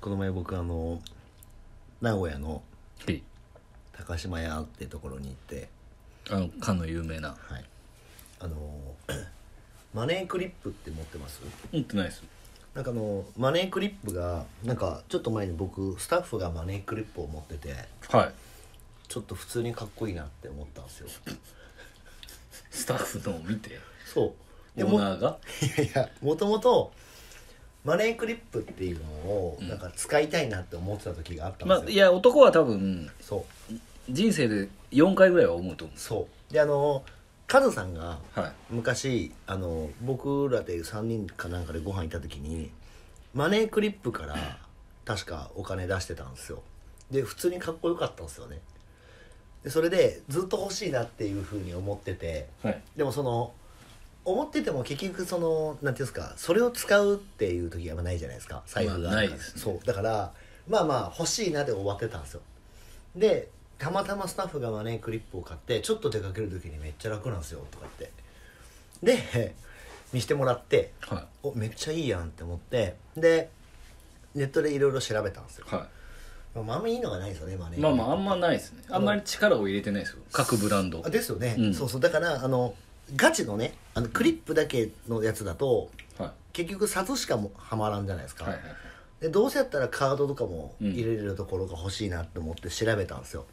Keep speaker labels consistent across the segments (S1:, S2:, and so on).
S1: この前僕あの名古屋の
S2: はい
S1: 高島屋ってところに行って
S2: あのかの有名な
S1: はいあの マネークリップって持ってます
S2: 持ってないです
S1: なんかあのマネークリップがなんかちょっと前に僕スタッフがマネークリップを持ってて
S2: はい
S1: ちょっと普通にかっこいいなって思ったんです よ
S2: スタッフのを見て
S1: そう
S2: オ
S1: で
S2: ー
S1: も
S2: ナーが
S1: いやいやもともとマネークリップっていうのを
S2: うん
S1: なんか使いたいなって思ってた時があったんですよ、
S2: まあいや男は多分
S1: そう
S2: 人生で4回ぐらいは思うと思
S1: そうであのカズさんが
S2: うはい
S1: 昔あの僕らで3人かなんかでご飯行った時にマネークリップから確かお金出してたんですよで普通にかっこよかったんですよねでそれでずっと欲しいなっていうふうに思ってて
S2: はい
S1: でもその思ってても結局そのなんていうんですかそれを使うっていう時がないじゃないですか財布が、
S2: まあないですね
S1: そうだからまあまあ欲しいなで終わってたんですよでたまたまスタッフがマネークリップを買ってちょっと出かける時にめっちゃ楽なんですよとか言ってで 見してもらって
S2: は
S1: おめっちゃいいやんって思ってでネットでいろいろ調べたんですよ
S2: い、は
S1: まあ、あんまいいのがないですよねマネーク
S2: い、
S1: リップ
S2: まあまああんまないですねあんまり力を入れてないですよ各ブランド
S1: あですよね、
S2: うん
S1: そうそうだからあのガチのねあのクリップだけのやつだと
S2: は
S1: 結局札しかもはまらんじゃないです
S2: い
S1: か、
S2: はいはい
S1: でどうせやったらカードとかも入れれるところが欲しいなって思って調べたんですよ、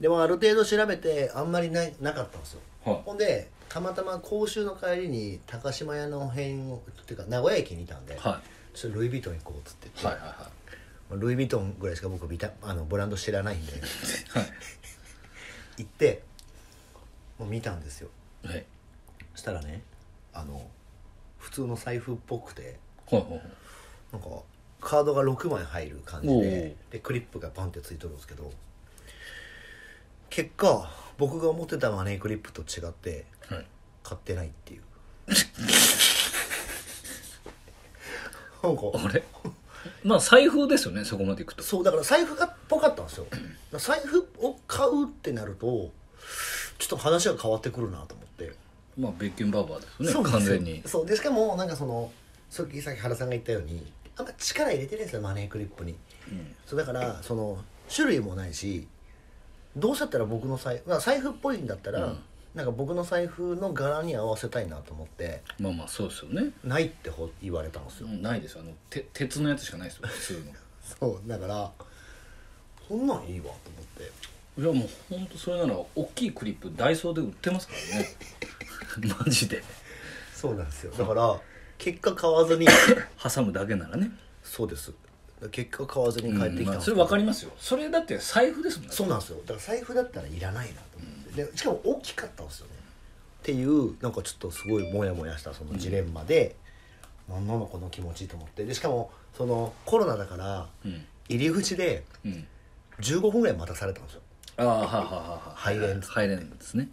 S1: でもある程度調べてあんまりないなかったんですよ
S2: はい
S1: ほんでたまたま講習の帰りに高島屋の辺をっていうか名古屋駅にいたんで、
S2: はい
S1: ちょっとルイ・ヴィトン行こうっつって言って、
S2: はいはいは
S1: まあルイ・ヴィトンぐらいしか僕ビタあのブランド知らないんで
S2: い
S1: 行ってもう見たんですよ
S2: はいはい
S1: そしたらねあの普通の財布っぽくて
S2: ほいほいほい
S1: なんかカードが6枚入る感じ
S2: お
S1: で
S2: う
S1: でクリップがパンってついとるんですけど結果僕が思ってたマネークリップと違って
S2: はい
S1: 買ってないっていう なんか
S2: あ れまあ財布ですよねそこまでいくと
S1: そうだから財布がっぽかったんですよ財布を買うってなるとちょっと話が変わってくるなと思って
S2: まあベッキンバーバーですよ
S1: そう
S2: ね
S1: なん
S2: 完
S1: ですよ
S2: 全に
S1: そうでしかもなんかそのさっきさっき原さんが言ったようにあんま力入れてないんですよマネークリップに
S2: うん
S1: そうだからその種類もないしどうせだったら僕の財布、まあ、財布っぽいんだったら、
S2: うん
S1: なんか僕の財布の柄に合わせたいなと思って
S2: まあまあそうですよね
S1: ないってほ言われたんです
S2: う
S1: よ、
S2: んないですあのて鉄のやつしかないですよ普通
S1: そうだからそんなんいいわと思って
S2: の いやもうほんとそれなら大きいクリップダイソーで売ってますから ねマジで
S1: そうなんですよだから結果買わず に
S2: 挟むだけならね
S1: そうです結果買わずに帰ってきたんですけど、
S2: うんまあそれ分かりますよそれだって財布ですもんね
S1: そうなんですよだから財布だったらいらないなと思って、でしかも大きかったんですよねっていうなんかちょっとすごいモヤモヤしたそのジレンマで、なんなのこの気持ちと思ってでしかもそのコロナだから
S2: うん
S1: 入り口で
S2: うん
S1: 15分ぐらい待たされたんですよ
S2: ああはあはあは
S1: 入れん
S2: 入れんですね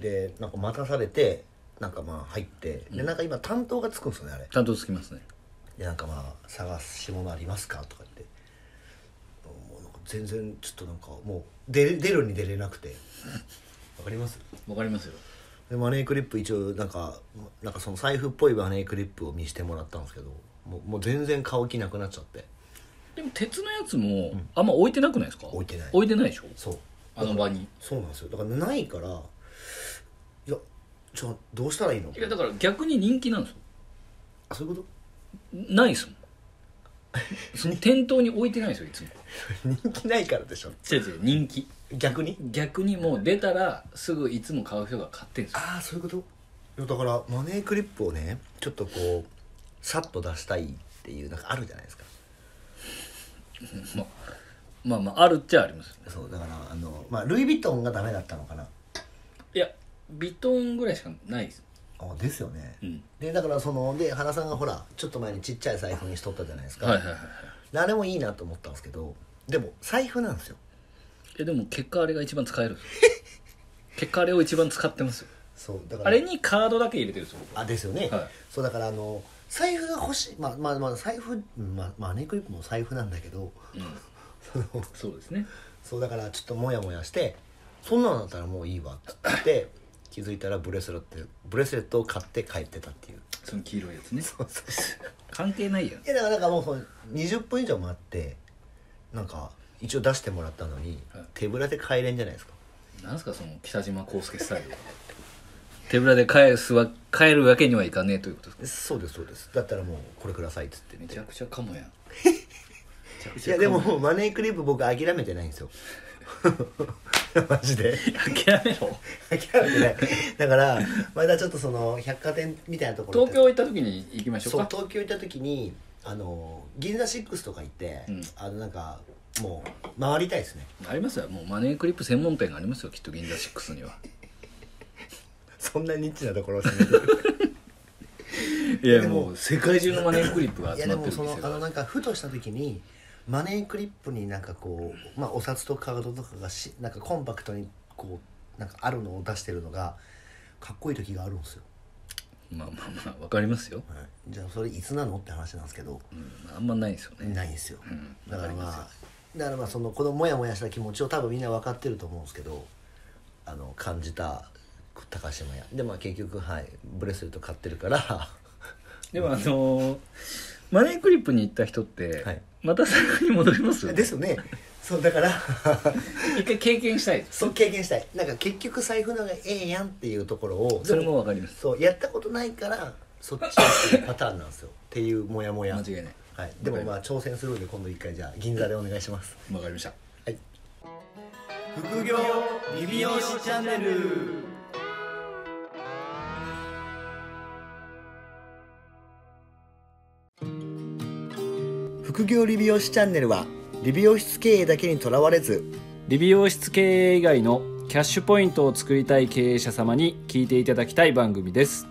S1: でなんか待たされてなんかまあ入ってでなんか今担当がつくんですよねあれ
S2: 担当つきますね
S1: でなんかまあ探し物ありますかとか言ってもうなんか全然ちょっとなんかもう出れ出るに出れなく てわかります
S2: 分かりますよ
S1: でマネークリップ一応なんかなんかその財布っぽいマネークリップを見してもらったんですけどもうもう全然買う気なくなっちゃって
S2: でも鉄のやつもあんま置いてなくないですか
S1: 置いてない
S2: 置いてないでしょ
S1: そう
S2: あの場に
S1: そうなんですよだからないからいやじゃあどうしたらいいの
S2: いやだから逆に人気なんですよ
S1: あそういうこ
S2: ないです もんその店頭に置いてないですよいつも
S1: と人気ないからでしょ
S2: 違う違う人気
S1: 逆に
S2: 逆にもう出たらすぐいつも買う人が買ってんすよ
S1: ああそういうこといやだからマネークリップをねちょっとこうさっと出したいっていうなんかあるじゃないですか
S2: まあまあまああるっちゃありますよね
S1: そうだからあのまあルイ・ヴィトンがダメだったのかない
S2: やビトンぐらいしかないです
S1: あですよね、
S2: うん
S1: でだからそので原さんがほらちょっと前にちっちゃい財布にしとったじゃないですか、
S2: はいはいはいはい
S1: であれもいいなと思ったんですけどでも財布なんですよ
S2: いやでも結果あれが一番 使えるんですよ結果あれを一番使ってますよ
S1: そうだから
S2: あれにカードだけ入れてるんですよ僕は
S1: あですよね、
S2: はい
S1: そうだからあの財布が欲しいまあまあまあ財布うんまあまあネクリップも財布なんだけど
S2: うん、そうですね
S1: そうだからちょっとモヤモヤしてそんなのだったらもういいわって言って気づいたらブレスレットブレスレットを買って帰ってたっていう
S2: その黄色いやつね
S1: そうそう
S2: 関係ないやん
S1: いやだからなんかもうほん20分以上待ってなんか一応出してもらったのに、
S2: はい
S1: 手ぶらで帰れんじゃないですか
S2: なんすかその北島康介スタイル手ぶらで返すわ帰るわけにはいかねえということですか
S1: そうですそうですだったらもうこれくださいっつって
S2: め
S1: ね
S2: ちゃくちゃか もやんめちゃく
S1: い
S2: ちゃ
S1: や
S2: か
S1: でももうマネークリップ僕諦めてないんですよ マジで
S2: 諦めろ
S1: 諦めてないだからまだちょっとその百貨店みたいなところ
S2: 東京行った時に行きましょう
S1: そう
S2: か
S1: 東京行った時にあの銀座6とか行って、
S2: うん
S1: あのなんかもう回りたいですね
S2: ありますよもうマネークリップ専門店がありますよきっと銀座6には
S1: そんなニッチなところを攻めてる
S2: いやもう世界中のマネークリップが
S1: い
S2: 集
S1: や
S2: ま
S1: で
S2: ってる
S1: も
S2: 店
S1: そのあ
S2: が
S1: のなんかふとした時にマネークリップになんかこう、まあ、お札とカードとかがしなんかコンパクトにこうなんかあるのを出してるのがかっこいい時があるんですよ、
S2: まあまあまあわかりますよ、
S1: じゃあそれいつなのって話なんですけど
S2: うん、あんまないですよね
S1: ないんですよ、
S2: うん
S1: だから
S2: わかり
S1: まあだからまあそのこのモヤモヤした気持ちを多分みんな分かってると思うんですけどあの感じた高島屋でまあ結局はいブレスレット買ってるから
S2: でもあのーマネークリップに行った人って、
S1: はい
S2: また財布に戻りますよね
S1: ですよねそうだから
S2: 一回経験したいです
S1: そう経験したいなんか結局財布の方がええやんっていうところを
S2: それもわかります
S1: そうやったことないからそっちっていうパターンなんです よっていうモヤモヤ
S2: 間違いない
S1: はい、でもまあ挑戦するんで今度一回じゃあ銀座でお願いします
S2: わかりました
S1: はい
S3: 副業リビオシチャンネル
S1: 副業理美容師チャンネルは理美容室経営だけにとらわれず
S4: 理美容室経営以外のキャッシュポイントを作りたい経営者様に聞いていただきたい番組です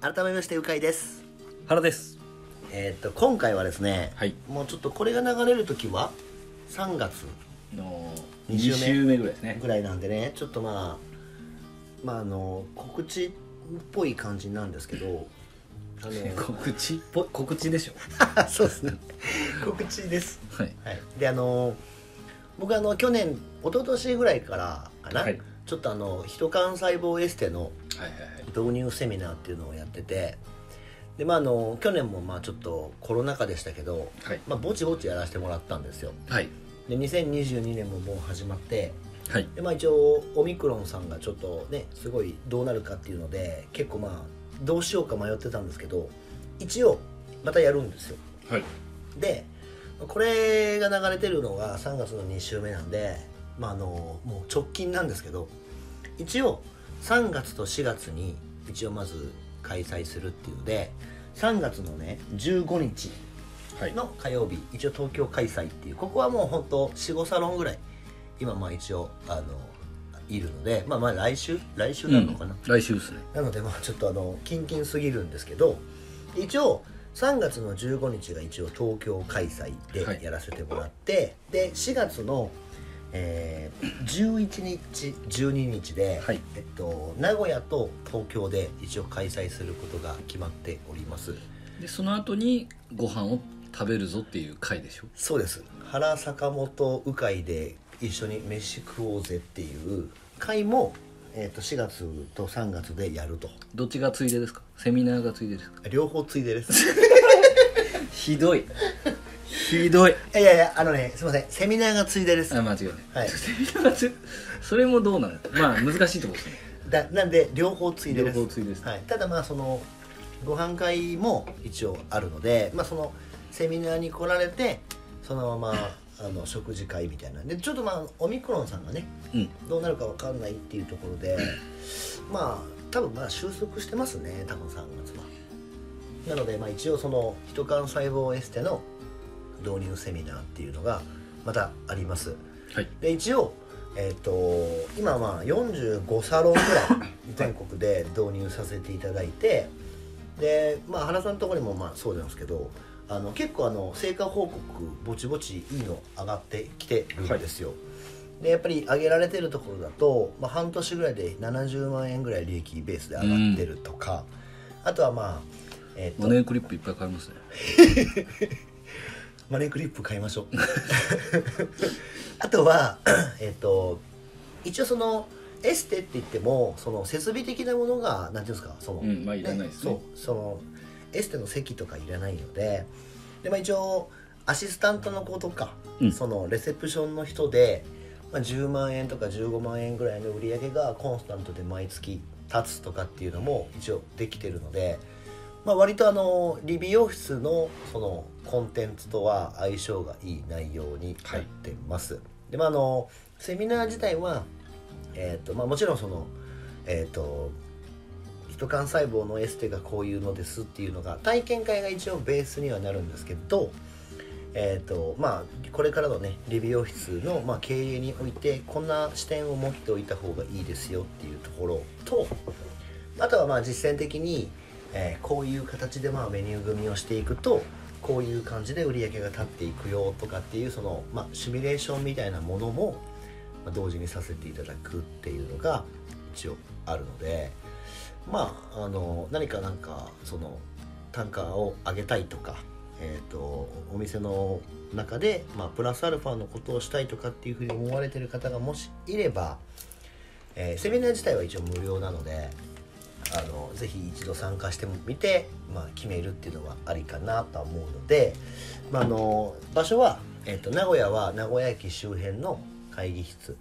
S1: 改めましてうかいです
S2: 原です
S1: えーっと今回はですね、
S2: はい
S1: もうちょっとこれが流れる時は3月
S2: の
S1: 二
S2: 2
S1: 週
S2: 週
S1: 目
S2: 目ぐらいですね
S1: ぐらいなんでねちょっとまあまああの告知っぽい感じなんですけどあの
S2: 告知っぽ告知でしょ
S1: そうですね 告知です
S2: はい
S1: はいであの僕あの去年一昨年ぐらいからかな、
S2: はい
S1: ちょっとあのヒト幹細胞エステの
S2: はいはいはい
S1: 導入セミナーっていうのをやっててでまああの去年もまあちょっとコロナ禍でしたけど、
S2: はい
S1: まあ、ぼちぼちやらせてもらったんですよ
S2: はい
S1: で2022年ももう始まって
S2: はい
S1: で、まあ、一応オミクロンさんがちょっとねすごいどうなるかっていうので結構まあどうしようか迷ってたんですけど一応またやるんですよ
S2: はい
S1: でこれが流れてるのが3月の2週目なんで、まあ、あのもう直近なんですけど一応3月と4月に一応まず開催するっていうので3月のね15日
S2: はい
S1: の火曜日一応東京開催っていうここはもう本当45サロンぐらい今まあ一応あのいるのでまあまあ来週来週なのかな、
S2: 来週ですね
S1: なのでまあちょっとあのキンキンすぎるんですけど一応3月の15日が一応東京開催
S2: はい
S1: でやらせてもらって、で4月の、えー11日12日で、
S2: はい
S1: えっと、名古屋と東京で一応開催することが決まっております
S2: でその後にご飯を食べるぞっていう回でしょ
S1: そうです原坂本鵜飼で一緒に飯食おうぜっていう会も、えっと、4月と3月でやると
S2: どっちがついでですかセミナーがついでですか
S1: 両方ついでです
S2: ひどいひどい
S1: いやいやあのねすいませんセミナーがついでです
S2: あ間違いない、
S1: はい
S2: セミナーがつそれもどうなのまあ難しいとこですね
S1: だなんで両方ついでです
S2: 両方ついでです
S1: はい、ただまあそのご飯会も一応あるので、まあ、そのセミナーに来られてそのままあの食事会みたいなでちょっとまあオミクロンさんがね
S2: うん
S1: どうなるかわかんないっていうところでまあ多分まあ収束してますね多分3月はなのでまあ一応その「ヒト幹細胞エステ」の導入セミナーっていうのがまたあります
S2: はい
S1: で一応えっ、と今はまあ45サロンぐ らい全国で導入させていただいてでまあ原さんのところにもまあそうなんですけどあの結構あの成果報告ぼちぼちいいの上がってきてるんですよ、でやっぱり上げられてるところだと、まあ、半年ぐらいで70万円ぐらい利益ベースで上がってるとか、あとはまあえっ、
S2: マ
S1: と
S2: ネークリップいっぱい買いますね
S1: マネークリップ買いましょ うあとはえっと一応そのエステって言ってもその設備的なものがなんていうんですかその、
S2: うんまあいらないですね
S1: そうそのエステの席とかいらないのでで、まあ、一応アシスタントの子とか、
S2: うん
S1: そのレセプションの人で、まあ、10万円とか15万円ぐらいの売り上げがコンスタントで毎月立つとかっていうのも一応できてるので、まあ、割とあの理美容室のそのコンテンツとは相性がいい内容になってます。でまああのセミナー自体は、えーとまあ、もちろんその、えー、と人幹細胞のエステがこういうのですっていうのが体験会が一応ベースにはなるんですけど、えーとまあ、これからのね理美容室の、まあ、経営においてこんな視点を持っておいた方がいいですよっていうところとあとはまあ実践的に、えーこういう形でまあメニュー組みをしていくとこういう感じで売り上げが立っていくよとかっていうその、まあ、シミュレーションみたいなものもまあ同時にさせていただくっていうのが一応あるのでまああの何かなんかその単価を上げたいとか、えー、とお店の中で、まあ、プラスアルファのことをしたいとかっていうふうに思われてる方がもしいれば、えーセミナー自体は一応無料なので。あのぜひ一度参加してみて、まあ、決めるっていうのはありかなとは思うので、まあ、あの場所は、えっと名古屋は名古屋駅周辺の会議室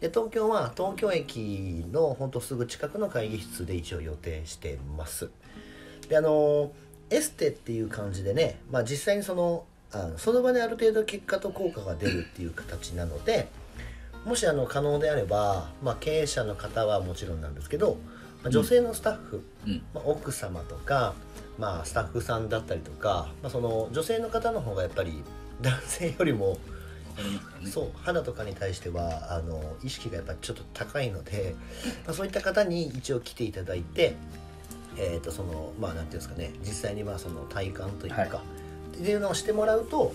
S1: で東京は東京駅のほんとすぐ近くの会議室で一応予定してますであのエステっていう感じでね、まあ、実際にそのあのその場である程度結果と効果が出るっていう形なのでもしあの可能であれば、まあ、経営者の方はもちろんなんですけど、まあ、女性のスタッフ、
S2: うん
S1: まあ、奥様とか、まあ、スタッフさんだったりとか、まあ、その女性の方の方がやっぱり男性よりも
S2: わかりますからね
S1: そう肌とかに対してはあの意識がやっぱりちょっと高いので、まあ、そういった方に一応来ていただいて、えー、とそのまあなんていうんですかね実際にまあその体感というか、
S2: はい
S1: っていうのをしてもらうと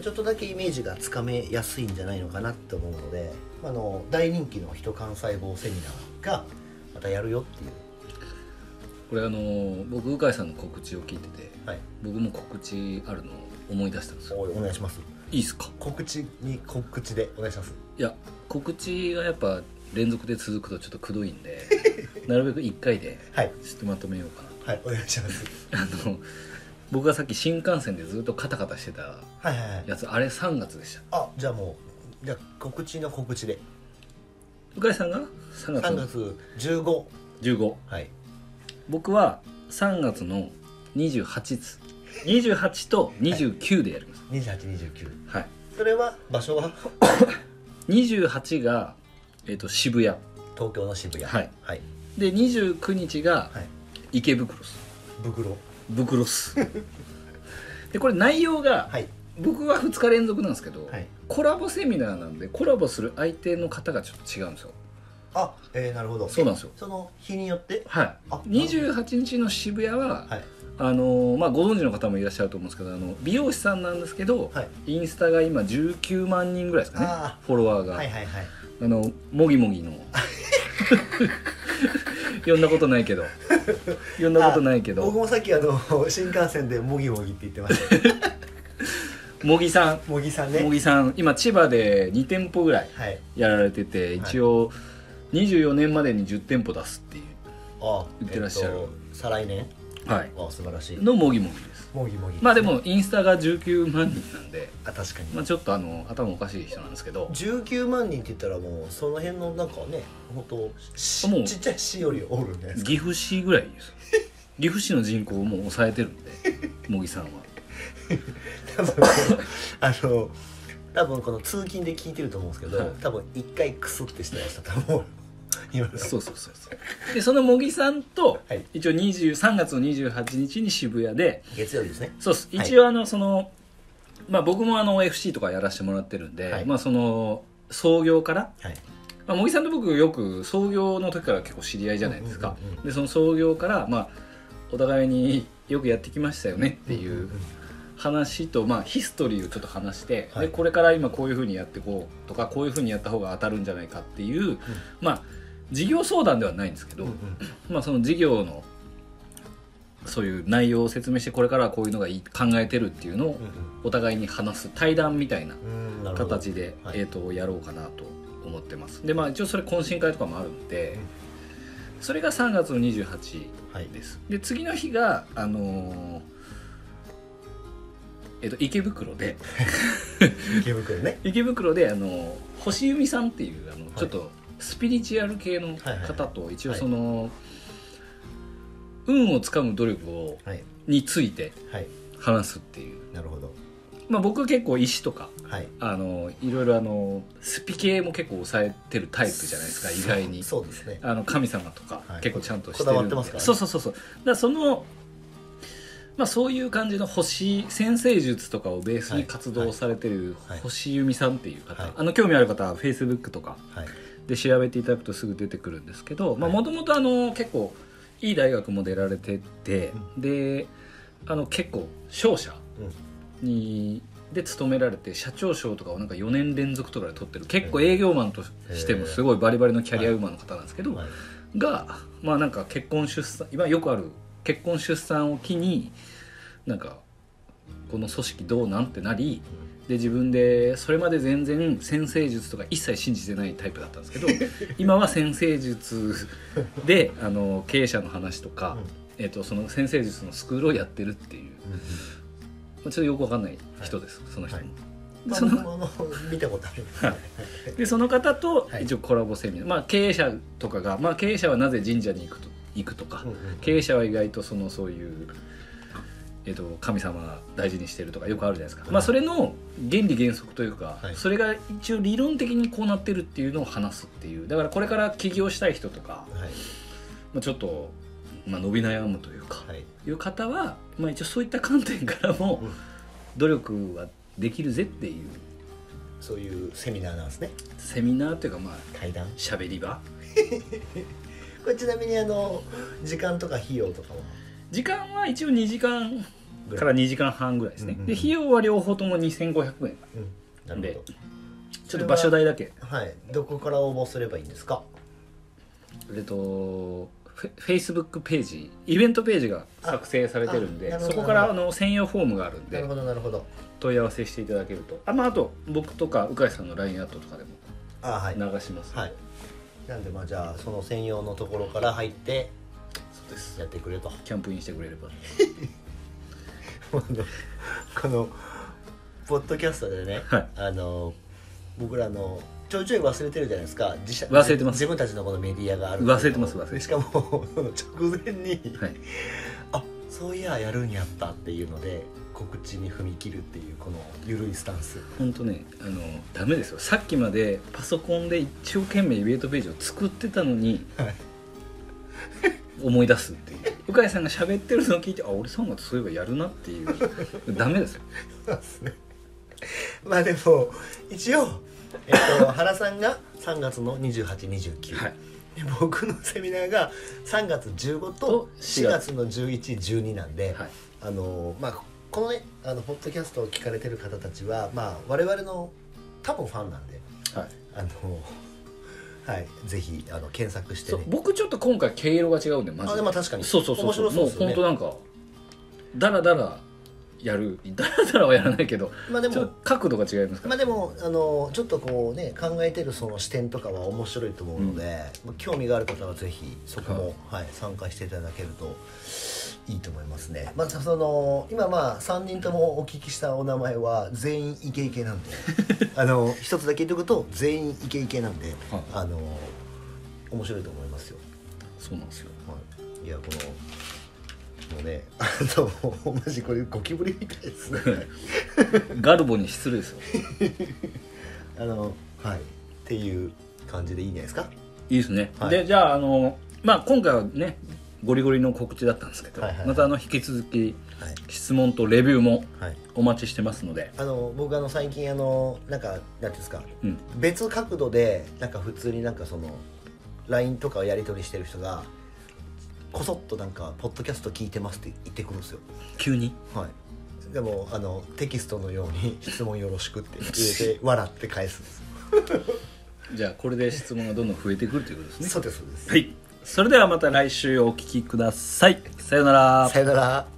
S1: ちょっとだけイメージがつかめやすいんじゃないのかなって思うのであの大人気の人幹細胞セミナーがまたやるよっていう。
S2: これあのー僕鵜飼さんの告知を聞いてて
S1: はい、
S2: 僕も告知あるのを思い出したんですよ
S1: おお願いします
S2: いいっすか
S1: 告知に告知でお願いします
S2: いや告知がやっぱ連続で続くとちょっとくどいん でなるべく1回で
S1: はい
S2: ちょっとまとめようかな
S1: はいお願いします
S2: あの僕がさっき新幹線でずっとカタカタしてた
S1: はいはいはい
S2: やつあれ3月でした
S1: あじゃあもうじゃあ告知の告知で
S2: 向井さんが3月
S1: 3
S2: の
S1: 月15
S2: 15
S1: はい
S2: 僕は3月の28つ28と29でやります
S1: 2829
S2: はい、
S1: それは場所は
S2: 28が、えっと渋谷
S1: 東京の渋谷
S2: はい
S1: はい、
S2: で29日が
S1: はい、
S2: 池袋っす
S1: 袋
S2: 袋っすでこれ内容が、
S1: はい
S2: 僕は2日連続なんですけど、
S1: はい
S2: コラボセミナーなんでコラボする相手の方がちょっと違うんですよ
S1: あえー、なるほど
S2: そうなんですよ
S1: その日によって
S2: は
S1: あ
S2: い28日の渋谷は、
S1: はい
S2: あのーまあ、ご存知の方もいらっしゃると思うんですけどあの美容師さんなんですけど、
S1: はい
S2: インスタが今19万人ぐらいですか
S1: あ
S2: ねフォロワーが、
S1: はいはいはい
S2: あのもぎも ぎの呼んだことないけど呼んだことないけ
S1: 僕
S2: ど
S1: もさっきあの新幹線でもぎもぎって言ってましたよ
S2: もぎさん
S1: もぎさん
S2: 茂
S1: ね
S2: 木さん今千葉で2店舗ぐらい
S1: はい
S2: やられてて
S1: はい
S2: 一応24年までに10店舗出すってい
S1: あ
S2: 言ってらっしゃる
S1: えと再来年
S2: う、はい、
S1: あ素晴らしい
S2: のもぎもぎです
S1: もぎもぎ
S2: まあでもインスタが19万人なんで、
S1: あ確かに、
S2: まあ、ちょっとあの頭おかしい人なんですけど
S1: 19万人って言ったらもうその辺のなんかね本当し
S2: もう
S1: ちっちゃい市よりおるんじゃないですか
S2: 岐阜市ぐらいですよ 岐阜市の人口をもう抑えてるんで茂木さんは
S1: 多分あの多分この通勤で聞いてると思うんですけど、
S2: はい
S1: 多分一回クスってしてました多 分今の
S2: そうそうそうそうでその茂木さんと
S1: はい
S2: 一応20 3月の28日に渋谷で
S1: 月曜日ですね
S2: そうっす
S1: はい
S2: 一応あのその、まあ僕もあの FC とかやらせてもらってるんで、
S1: はい
S2: まあその創業から、
S1: はい
S2: まあ、茂木さんと僕よく創業の時から結構知り合いじゃないですか、
S1: うんうんうん
S2: でその創業からまあお互いによくやってきましたよねってい
S1: ん
S2: う話と、まあ、ヒストリーをちょっと話して、
S1: はい
S2: でこれから今こういうふうにやってこうとかこういうふうにやった方が当たるんじゃないかっていう、まあ事業相談ではないんですけど、
S1: うんうん
S2: まあ、その事業のそういう内容を説明してこれからはこういうのがいい考えてるっていうのを
S1: うん
S2: お互いに話す対談みたいな
S1: うんうんなるほど
S2: 形で、
S1: はい
S2: えー、とやろうかなと思ってますでまあ一応それ懇親会とかもあるんでそれが3月の28です、で次の日があのーえっと池袋で
S1: 池袋ね
S2: 池袋であの星由美さんっていうあの、ちょっとスピリチュアル系の方と一応その、運をつかむ努力を
S1: はい
S2: について
S1: はい
S2: 話すっていう、
S1: なるほど
S2: まあ、僕は結構石とか
S1: はい
S2: あのいろいろあのスピ系も結構抑えてるタイプじゃないですか意外に
S1: そうそうですね
S2: あの神様とか
S1: はい
S2: 結構ちゃんとして
S1: こ
S2: るんで、
S1: だわってますからね
S2: そうそうそうそうだからそのまあそういう感じの星先生術とかをベース
S1: は
S2: に
S1: い
S2: 活動されてる
S1: はい
S2: 星由美さんっていう方、
S1: はい
S2: あの興味ある方はフェイスブックとか
S1: はい
S2: で調べていただくとすぐ出てくるんですけど
S1: はい
S2: もともと結構いい大学も出られてて、であの結構商社
S1: うん
S2: にで勤められて社長賞とかをなんか4年連続とかで取ってる結構営業マンとしてもすごいバリバリのキャリアウーマンの方なんですけど、
S1: はい
S2: がまあなんか結婚出産今よくある結婚出産を機になんかこの組織どうなんてなりで自分でそれまで全然先生術とか一切信じてないタイプだったんですけど今は先生術であの経営者の話とか、えっとその先生術のスクールをやってるっていう
S1: うんうん
S2: まあちょっとよくわかんない人です、その人も、
S1: は
S2: で
S1: まあ
S2: その
S1: 僕もあの見たことある
S2: でその方と
S1: はい
S2: 一応コラボセミナー、まあ経営者とかが、まあ、経営者はなぜ神社に行くと行くとか、
S1: うんうん
S2: 経営者は意外とそのそういう、えっと神様が大事にしてるとかよくあるじゃないですか、
S1: はい
S2: まあ、それの原理原則というか、
S1: はい
S2: それが一応理論的にこうなってるっていうのを話すっていうだからこれから起業したい人とか、
S1: はい
S2: まあ、ちょっと、まあ、伸び悩むというか、
S1: はい
S2: いう方は、まあ、一応そういった観点からも
S1: うん
S2: 努力はできるぜっていう
S1: そういうセミナーなんですね
S2: セミナーというかまあ
S1: 対談
S2: 喋り場
S1: これちなみにあの時間とか費用とかは
S2: 時間は一応2時間
S1: ぐ
S2: から
S1: い
S2: ら2時間半ぐらいですね、
S1: うんうんうん
S2: で費用は両方とも2500円
S1: うんなるほど
S2: ちょっと場所代だけ
S1: はいどこから応募すればいいんですか
S2: えっとフェフェイスブックページイベントページが作成されてるん
S1: あ
S2: で
S1: なるほ
S2: そ
S1: ど
S2: こからあの専用フォームがあるん
S1: な
S2: で
S1: るほどなるほど
S2: 問い合わせしていただけるとあ,、まあ、あと僕とか鵜飼さんの LINE アットとかでも
S1: あはい
S2: 流します、
S1: はいなんでまあじゃあその専用のところから入って
S2: そうです
S1: やってくれ と
S2: キャンプインしてくれれば
S1: このポッドキャストでね、
S2: はい
S1: あの僕らのちょいちょい忘れてるじゃないですか自社
S2: 忘れてます
S1: 自分たちのこのメディアがある
S2: 忘れてます忘れてます
S1: しかも 直前に、
S2: はい
S1: あそういややるんやったっていうので告知に踏み切るっていうこの緩いスタンス
S2: 本当ねあのダメですよさっきまでパソコンで一生懸命イベントページを作ってたのに、
S1: はい
S2: 思い出すっていう鵜飼さんが喋ってるのを聞いてあ俺3月そういえばやるなっていうダメですよ
S1: そうですね まあでも一応、えっと、 原さんが3月の2829、
S2: はい
S1: で僕のセミナーが3月15と
S2: と
S1: 4月の1112なんで、
S2: はい
S1: あのまあこのねあのポッドキャストを聞かれてる方たちは、まあ、我々の多分ファンなんで
S2: はい
S1: あのはいぜひあの検索して
S2: そう
S1: ね
S2: 僕ちょっと今回毛色が違うんでマジ
S1: あでも確かに
S2: そうそうそう
S1: 面白そう
S2: も
S1: で
S2: う
S1: すよ
S2: 本
S1: ね
S2: 当なんかダラダラやるダラダラはやらないけど
S1: まあで
S2: ちょっ
S1: も
S2: と角度が違いますか
S1: ま
S2: ら、
S1: あでもあのちょっとこうね考えてるその視点とかは面白いと思うので、まあ興味がある方はぜひそこも、はい、参加していただけるといいと思いますね。まあその今まあ3人ともお聞きしたお名前は全員イケイケなん であの一つだけ言っておくと全員イケイケなんで、
S2: はい
S1: あの面白いと思いますよ。
S2: そうなんですよ
S1: まあいやこのもうね あのマジこれゴキブリみたいですね。
S2: ガルボに失礼ですよ
S1: あのはいっていう感じでいいんじゃないですか。
S2: いいですね、
S1: はい
S2: でじゃああの、まあ、今回はねゴリゴリの告知だったんですけど、
S1: はいはいはい
S2: またあの引き続き
S1: はい
S2: 質問とレビューも
S1: はい、
S2: お待ちしてますので、
S1: あの僕あの最近あのなんかなんていうんですか
S2: うん、
S1: 別角度でなんか普通になんかその LINE とかをやり取りしてる人がこそっとなんか「ポッドキャスト聞いてます」って言ってくるんですよ
S2: 急に
S1: はいでもあのテキストのように「質問よろしく」って言 って笑って返すんです
S2: じゃあこれで質問がどんどん増えてくるということですね
S1: そうですそうです、
S2: はいそれではまた来週お聞きくださいさようなら
S1: さよなら